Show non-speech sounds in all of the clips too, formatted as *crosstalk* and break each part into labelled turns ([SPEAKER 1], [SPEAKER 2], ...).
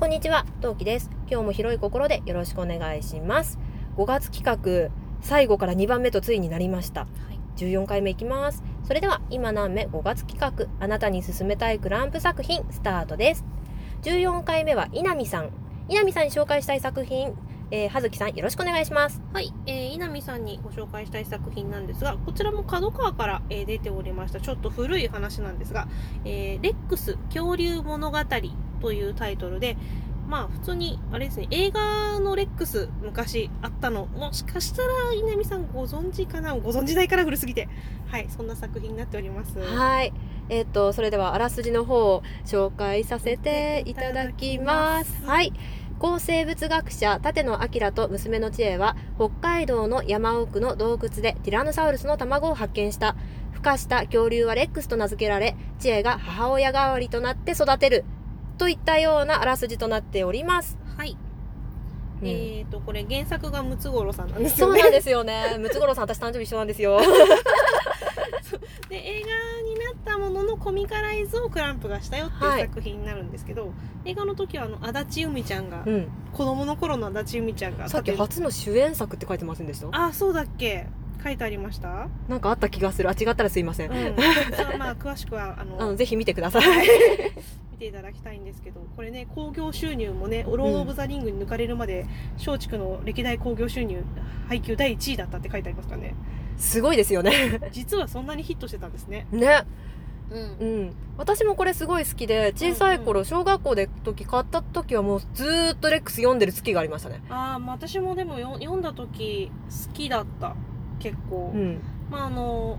[SPEAKER 1] こんにちは、トウキです。今日も広い心でよろしくお願いします。5月企画、最後から2番目とついになりました。
[SPEAKER 2] はい、
[SPEAKER 1] 14回目いきます。それでは、今何目5月企画、あなたに勧めたいクランプ作品、スタートです。14回目は、稲見さん。稲見さんに紹介したい作品、えー、葉月さん、よろしくお願いします。
[SPEAKER 2] はいえー、稲見さんにご紹介したい作品なんですがこちらも角川から、えー出ておりましたちょっと古い話なんですが「えーレックス恐竜物語」というタイトルでまあ普通にあれですね映画のレックス昔あったのもしかしたら稲見さんご存知かなご存知ないから古すぎてはいそんな作品になっております
[SPEAKER 1] はい。えっ、と、それでは、あらすじの方を紹介させていただきます。はい。抗生物学者、立野明と娘の知恵は、北海道の山奥の洞窟でティラノサウルスの卵を発見した。孵化した恐竜はレックスと名付けられ、知恵が母親代わりとなって育てる。といったようなあらすじとなっております。
[SPEAKER 2] はい、
[SPEAKER 1] うん
[SPEAKER 2] えーとこれ原作がムツゴロウさんなんです
[SPEAKER 1] そ
[SPEAKER 2] よ
[SPEAKER 1] う
[SPEAKER 2] ね
[SPEAKER 1] なんですよね。 *laughs* ムツゴロウさん、私誕生日一緒なんですよ。
[SPEAKER 2] で映画になったもののコミカライズをクランプがしたよって
[SPEAKER 1] はい
[SPEAKER 2] いう作品になるんですけど、映画の時はあの足立由美ちゃんが、
[SPEAKER 1] うん。
[SPEAKER 2] 子供の頃の足立由美ちゃんが
[SPEAKER 1] さっき
[SPEAKER 2] 立てる
[SPEAKER 1] 初の主演作って書いてませんでした
[SPEAKER 2] あそうだっけ書いてありました、
[SPEAKER 1] なんかあった気がする。あ、違ったらすいませ。
[SPEAKER 2] うんん、それはまあ詳しくはあ
[SPEAKER 1] あの
[SPEAKER 2] の
[SPEAKER 1] ぜひ見てください。
[SPEAKER 2] 見ていただきたいんですけどこれね興行収入もね「ロード・オブ・ザ・リング」に抜かれるまで松竹の歴代興行収入配給第1位だったって書いてありますからね
[SPEAKER 1] すごいですよね。
[SPEAKER 2] 実はそんなにヒットしてたんですね、
[SPEAKER 1] ね。
[SPEAKER 2] うん
[SPEAKER 1] うん。私もこれすごい好きで、小さい頃、小学校で時買った時はもうずーっとレックス読んでる月がありましたね。
[SPEAKER 2] ああまあ私もでもよ読んだ時好きだった結構、
[SPEAKER 1] うん。
[SPEAKER 2] まああの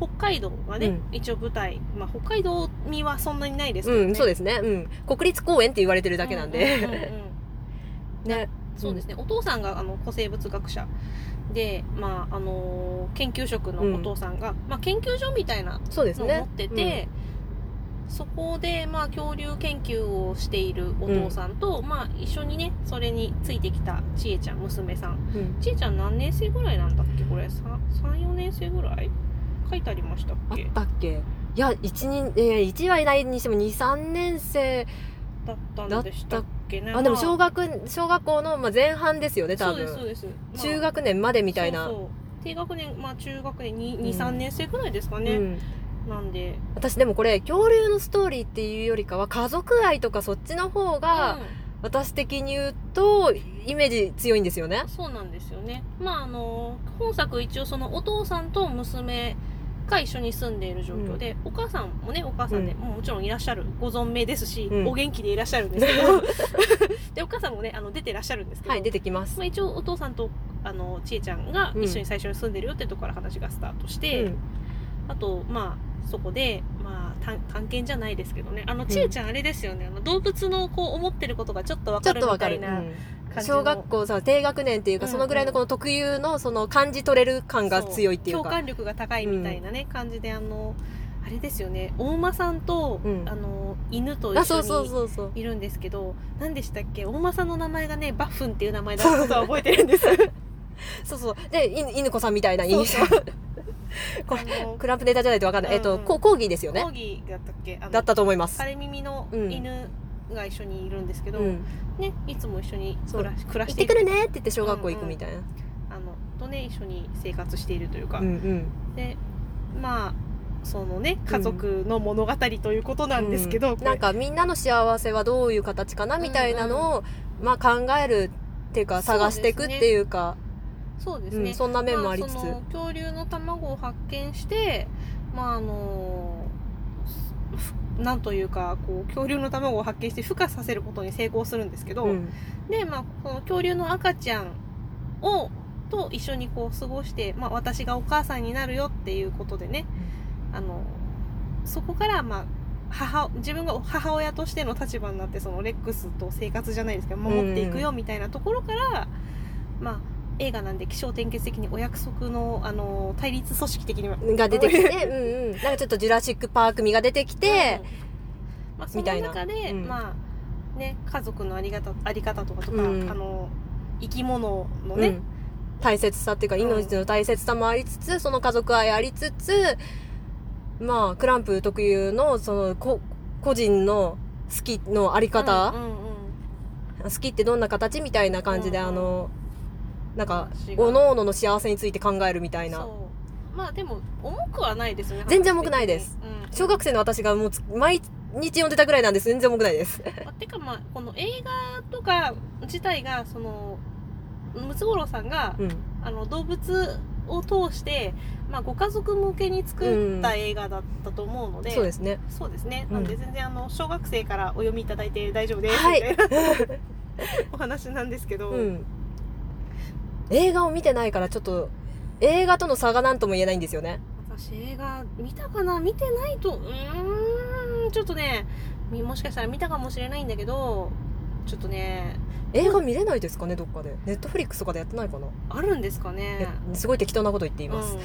[SPEAKER 2] 北海道がね、
[SPEAKER 1] うん
[SPEAKER 2] 一応舞台、まあ、北海道味はそんなにないですけど、ね
[SPEAKER 1] うん、そう
[SPEAKER 2] で
[SPEAKER 1] ですね。うん。国立公園って言われてるだけなん
[SPEAKER 2] うんうんう
[SPEAKER 1] *laughs*
[SPEAKER 2] ん
[SPEAKER 1] で。
[SPEAKER 2] うん
[SPEAKER 1] ね。
[SPEAKER 2] そうですね、お父さんがあの古生物学者で、まああの研究職のお父さんが、まあ、研究所みたいな
[SPEAKER 1] そうです
[SPEAKER 2] のを
[SPEAKER 1] ね
[SPEAKER 2] 持っ。てて、そこで、まあ、恐竜研究をしているお父さんと、まあ、一緒にねそれについてきたちえちゃん娘さん
[SPEAKER 1] うん
[SPEAKER 2] ちえちゃん何年生ぐらいなんだっけこれ34年生ぐらい書いてありましたっ
[SPEAKER 1] あっ
[SPEAKER 2] け
[SPEAKER 1] たっけいや、一人、えー、一はいないにしても二三年生。
[SPEAKER 2] だったんでしたっけね
[SPEAKER 1] あ、でも小
[SPEAKER 2] 学
[SPEAKER 1] 学、小学校のまあ前半ですよね、多
[SPEAKER 2] そうですそう
[SPEAKER 1] 分。
[SPEAKER 2] です、まあ
[SPEAKER 1] 中学年までみたいな
[SPEAKER 2] そう。そう低学年まあ中学年
[SPEAKER 1] うん
[SPEAKER 2] 23、3年生ぐらいですかね、
[SPEAKER 1] うん
[SPEAKER 2] なんで
[SPEAKER 1] 私でもこれ、恐竜のストーリーっていうよりかは、家族愛とかそっちの方が、私的に言うとイメージ強いんですよね
[SPEAKER 2] うん、そうなんですよねまああの本作一応そのお父さんと娘が一緒に住んでいる状況で、お母さんもねお母さんで、
[SPEAKER 1] うん
[SPEAKER 2] もうもちろんいらっしゃるご存命ですし、
[SPEAKER 1] うん
[SPEAKER 2] お元気でいらっしゃるんです
[SPEAKER 1] *laughs*
[SPEAKER 2] けどでお母さんもねあの出てらっしゃるんですけど、
[SPEAKER 1] はい出てきます、
[SPEAKER 2] まあ、一応お父さんとあのちえちゃんが一緒に最初に住んでるよってとこから話がスタートし
[SPEAKER 1] う
[SPEAKER 2] て、
[SPEAKER 1] ん、
[SPEAKER 2] あとまあそこで、まあ、探探検じゃないですけどねあのちえちゃんあれですよね、あの動物のこう思ってることがちょっとわ
[SPEAKER 1] ちょ
[SPEAKER 2] か
[SPEAKER 1] っ
[SPEAKER 2] る
[SPEAKER 1] とわ
[SPEAKER 2] み
[SPEAKER 1] か
[SPEAKER 2] た
[SPEAKER 1] る
[SPEAKER 2] いな
[SPEAKER 1] うん
[SPEAKER 2] 感じの
[SPEAKER 1] 小学校さ低学年っていうか
[SPEAKER 2] うん
[SPEAKER 1] そのぐらいのこの特有のその感じ取れる感が強いっていう
[SPEAKER 2] そ
[SPEAKER 1] か
[SPEAKER 2] 共感力が高いみたいなね、感じであのあれですよね大馬さんと、
[SPEAKER 1] うん
[SPEAKER 2] あの犬と
[SPEAKER 1] あ
[SPEAKER 2] 一
[SPEAKER 1] そ
[SPEAKER 2] 緒
[SPEAKER 1] うそう
[SPEAKER 2] に
[SPEAKER 1] そうそう
[SPEAKER 2] いるんですけど何でしたっけ大馬さんの名前がねバッフンっていう名前だったことは覚えてるんです
[SPEAKER 1] そうそうでい犬子さん *laughs* みたいな印象
[SPEAKER 2] そう
[SPEAKER 1] *laughs* こ
[SPEAKER 2] あの
[SPEAKER 1] クランプネタじゃないとわかんない、えっ
[SPEAKER 2] う
[SPEAKER 1] と
[SPEAKER 2] んうん
[SPEAKER 1] こ講義ですよね
[SPEAKER 2] コーギーだったっけあの
[SPEAKER 1] だったと思います
[SPEAKER 2] 垂れ耳の犬が一緒にいるんですけど、
[SPEAKER 1] うん、
[SPEAKER 2] ね、いつも一緒に暮らし暮ら
[SPEAKER 1] 行
[SPEAKER 2] し
[SPEAKER 1] ってて
[SPEAKER 2] い
[SPEAKER 1] くる
[SPEAKER 2] る
[SPEAKER 1] ねって言って小学校行くみたいな、
[SPEAKER 2] あのとね一緒に生活しているというか、
[SPEAKER 1] うんうん
[SPEAKER 2] でまあそのね家族の物語ということなんですけど、
[SPEAKER 1] うん
[SPEAKER 2] これ
[SPEAKER 1] なんかみんなの幸せはどういう形かなみたいなのを、まあ、考えるっていうか
[SPEAKER 2] そう
[SPEAKER 1] 探
[SPEAKER 2] ですね
[SPEAKER 1] していくっていうか
[SPEAKER 2] そうで
[SPEAKER 1] う
[SPEAKER 2] すね、
[SPEAKER 1] ん、そんな面もありつつ、
[SPEAKER 2] まその恐竜の卵を発見してまああのふなんというかこう恐竜の卵を発見して孵化させることに成功するんですけど、
[SPEAKER 1] うん
[SPEAKER 2] で、まあ、この恐竜の赤ちゃんを、と一緒にこう過ごして、まあ、私がお母さんになるよっていうことでね、あの、そこから、まあ、母、自分が母親としての立場になって、そのレックスと生活じゃないですけど、守っていくよみたいなところから、まあ、映画なんで気象転結的にお約束の、あの、対立組織的には、
[SPEAKER 1] が出てきてうん、うん、なんかちょっと「ジュラシック・パーク」味が出てきて、
[SPEAKER 2] うんまあ、そ
[SPEAKER 1] みた
[SPEAKER 2] の
[SPEAKER 1] いな
[SPEAKER 2] 中で、
[SPEAKER 1] うん
[SPEAKER 2] まあね、家族のありがたあり方とかとか、
[SPEAKER 1] うん
[SPEAKER 2] あの生き物の
[SPEAKER 1] うん
[SPEAKER 2] ね、
[SPEAKER 1] 大切さっていうか
[SPEAKER 2] うん
[SPEAKER 1] 命の大切さもありつつ、その家族愛ありつつまあクランプ特有のそのこ個人の好きのあり方
[SPEAKER 2] うんうんうん
[SPEAKER 1] 好きってどんな形みたいな感じで、
[SPEAKER 2] うんうん
[SPEAKER 1] あのなんか
[SPEAKER 2] 違う
[SPEAKER 1] おのおのの幸せについて考えるみたいな
[SPEAKER 2] そうまあでも重くはないですよね
[SPEAKER 1] 全然重くないです、
[SPEAKER 2] うん、
[SPEAKER 1] 小学生の私がもうつ毎日読んでたぐらいなんです全然重くない
[SPEAKER 2] *laughs*
[SPEAKER 1] です
[SPEAKER 2] あてかまあこの映画とか自体がそのムツゴロウさんが、
[SPEAKER 1] うん
[SPEAKER 2] あの動物を通して、まあ、ご家族向けに作った映画だったと思うので、
[SPEAKER 1] そうですね
[SPEAKER 2] そうですね、
[SPEAKER 1] うん
[SPEAKER 2] なんで全然あの小学生からお読みいただいて大丈夫です
[SPEAKER 1] はい
[SPEAKER 2] みたいな *laughs* お話なんですけど、
[SPEAKER 1] うん映画を見てないからちょっと映画との差が何とも言えないんですよね
[SPEAKER 2] 私映画見たかな見てないとうーんちょっとねみもしかしたら見たかもしれないんだけどちょっとね
[SPEAKER 1] 映画見れないですかねどっかでネットフリックスとかでやってないかな、
[SPEAKER 2] あるんですかね。
[SPEAKER 1] えすごい適当なこと言っています、
[SPEAKER 2] うん、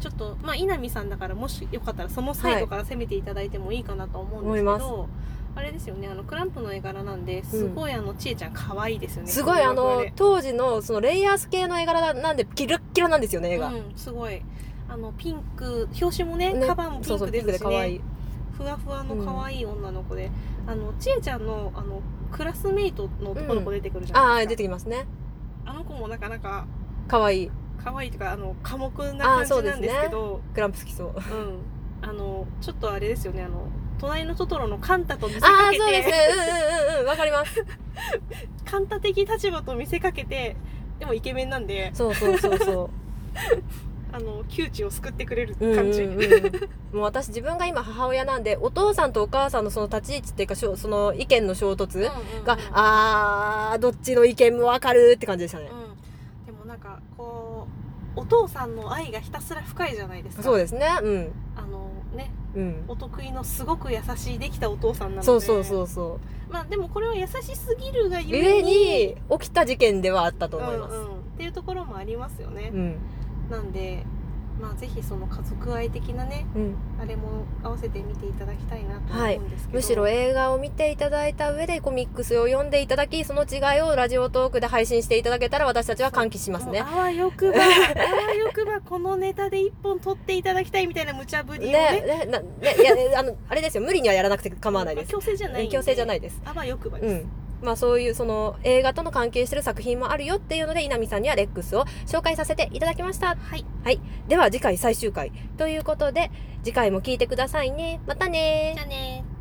[SPEAKER 2] ちょっとまあ稲見さんだからもしよかったらそのサイトから攻めていただいてもいいかなと思うんですけ
[SPEAKER 1] 思い
[SPEAKER 2] ど、あれですよねあのクランプの絵柄なんですごいあのちえちゃん可愛いですよね
[SPEAKER 1] すごいあの
[SPEAKER 2] れ
[SPEAKER 1] 当時のそのレイヤース系の絵柄なんでキラッキラなんですよね映画、
[SPEAKER 2] うんすごいあのピンク表紙もね
[SPEAKER 1] ね
[SPEAKER 2] カバーもピンクですし
[SPEAKER 1] 可愛
[SPEAKER 2] ね
[SPEAKER 1] い
[SPEAKER 2] ふわふわの可愛い女の子で、あのちえちゃんのあのクラスメイトの男の子出てくるじゃ
[SPEAKER 1] あ
[SPEAKER 2] な
[SPEAKER 1] あ
[SPEAKER 2] い
[SPEAKER 1] 出
[SPEAKER 2] ですか、
[SPEAKER 1] てきますね
[SPEAKER 2] あの子もなかなか
[SPEAKER 1] 可愛い
[SPEAKER 2] 可愛いというかあの寡黙な
[SPEAKER 1] あー
[SPEAKER 2] 感
[SPEAKER 1] そう
[SPEAKER 2] じ
[SPEAKER 1] で
[SPEAKER 2] な
[SPEAKER 1] す
[SPEAKER 2] ん
[SPEAKER 1] ね
[SPEAKER 2] ですけど
[SPEAKER 1] クランプ好きそう
[SPEAKER 2] うん、あのちょっとあれですよねあの隣のトトロのカンタと見せか
[SPEAKER 1] ああ
[SPEAKER 2] け
[SPEAKER 1] そうです
[SPEAKER 2] て、
[SPEAKER 1] ねうんうんうんうんわかります
[SPEAKER 2] カンタ的立場と見せかけてでもイケメンなんで
[SPEAKER 1] そうそうそうそ
[SPEAKER 2] あの窮地を救ってくれる
[SPEAKER 1] ううんうん、
[SPEAKER 2] 感じ、
[SPEAKER 1] うん、もう私自分が今母親なんでお父さんとお母さんのその立ち位置っていうかしょその意見の衝突が、
[SPEAKER 2] あ、
[SPEAKER 1] あーどっちの意見もわかるって感じでしたね、
[SPEAKER 2] うん、でもなんかこうお父さんの愛がひたすら深いじゃないですか
[SPEAKER 1] そうですねうん
[SPEAKER 2] あのね
[SPEAKER 1] うん
[SPEAKER 2] お得意のすごく優しいできたお父さんなので
[SPEAKER 1] そうそうそうそう
[SPEAKER 2] まあでもこれは優しすぎるがゆ
[SPEAKER 1] ゆ
[SPEAKER 2] え
[SPEAKER 1] え
[SPEAKER 2] に
[SPEAKER 1] に起きた事件ではあったと思います
[SPEAKER 2] うんうんっていうところもありますよね、
[SPEAKER 1] うん
[SPEAKER 2] なんでまあぜひその家族愛的なね
[SPEAKER 1] うん
[SPEAKER 2] あれも合わせて見ていただきたいなと
[SPEAKER 1] は
[SPEAKER 2] 思
[SPEAKER 1] い
[SPEAKER 2] うんですけど、
[SPEAKER 1] むしろ映画を見ていただいた上でコミックスを読んでいただきその違いをラジオトークで配信していただけたら私たちは歓喜しますね
[SPEAKER 2] もうあわよ
[SPEAKER 1] *laughs*
[SPEAKER 2] くばあわよくばこのネタで一本撮っていただきたいみたいな無茶ぶり
[SPEAKER 1] ね
[SPEAKER 2] を
[SPEAKER 1] ね
[SPEAKER 2] ね
[SPEAKER 1] なねいやあのあれですよ無理にはやらなくて構わないです
[SPEAKER 2] 強制じゃないんで
[SPEAKER 1] 強制じゃないいです
[SPEAKER 2] あわよくば
[SPEAKER 1] う
[SPEAKER 2] です、
[SPEAKER 1] んまあそういうその映画との関係してる作品もあるよっていうので稲見さんにはレックスを紹介させていただきました
[SPEAKER 2] はい
[SPEAKER 1] では次回最終回ということで次回も聞いてくださいねまたね
[SPEAKER 2] じゃあねー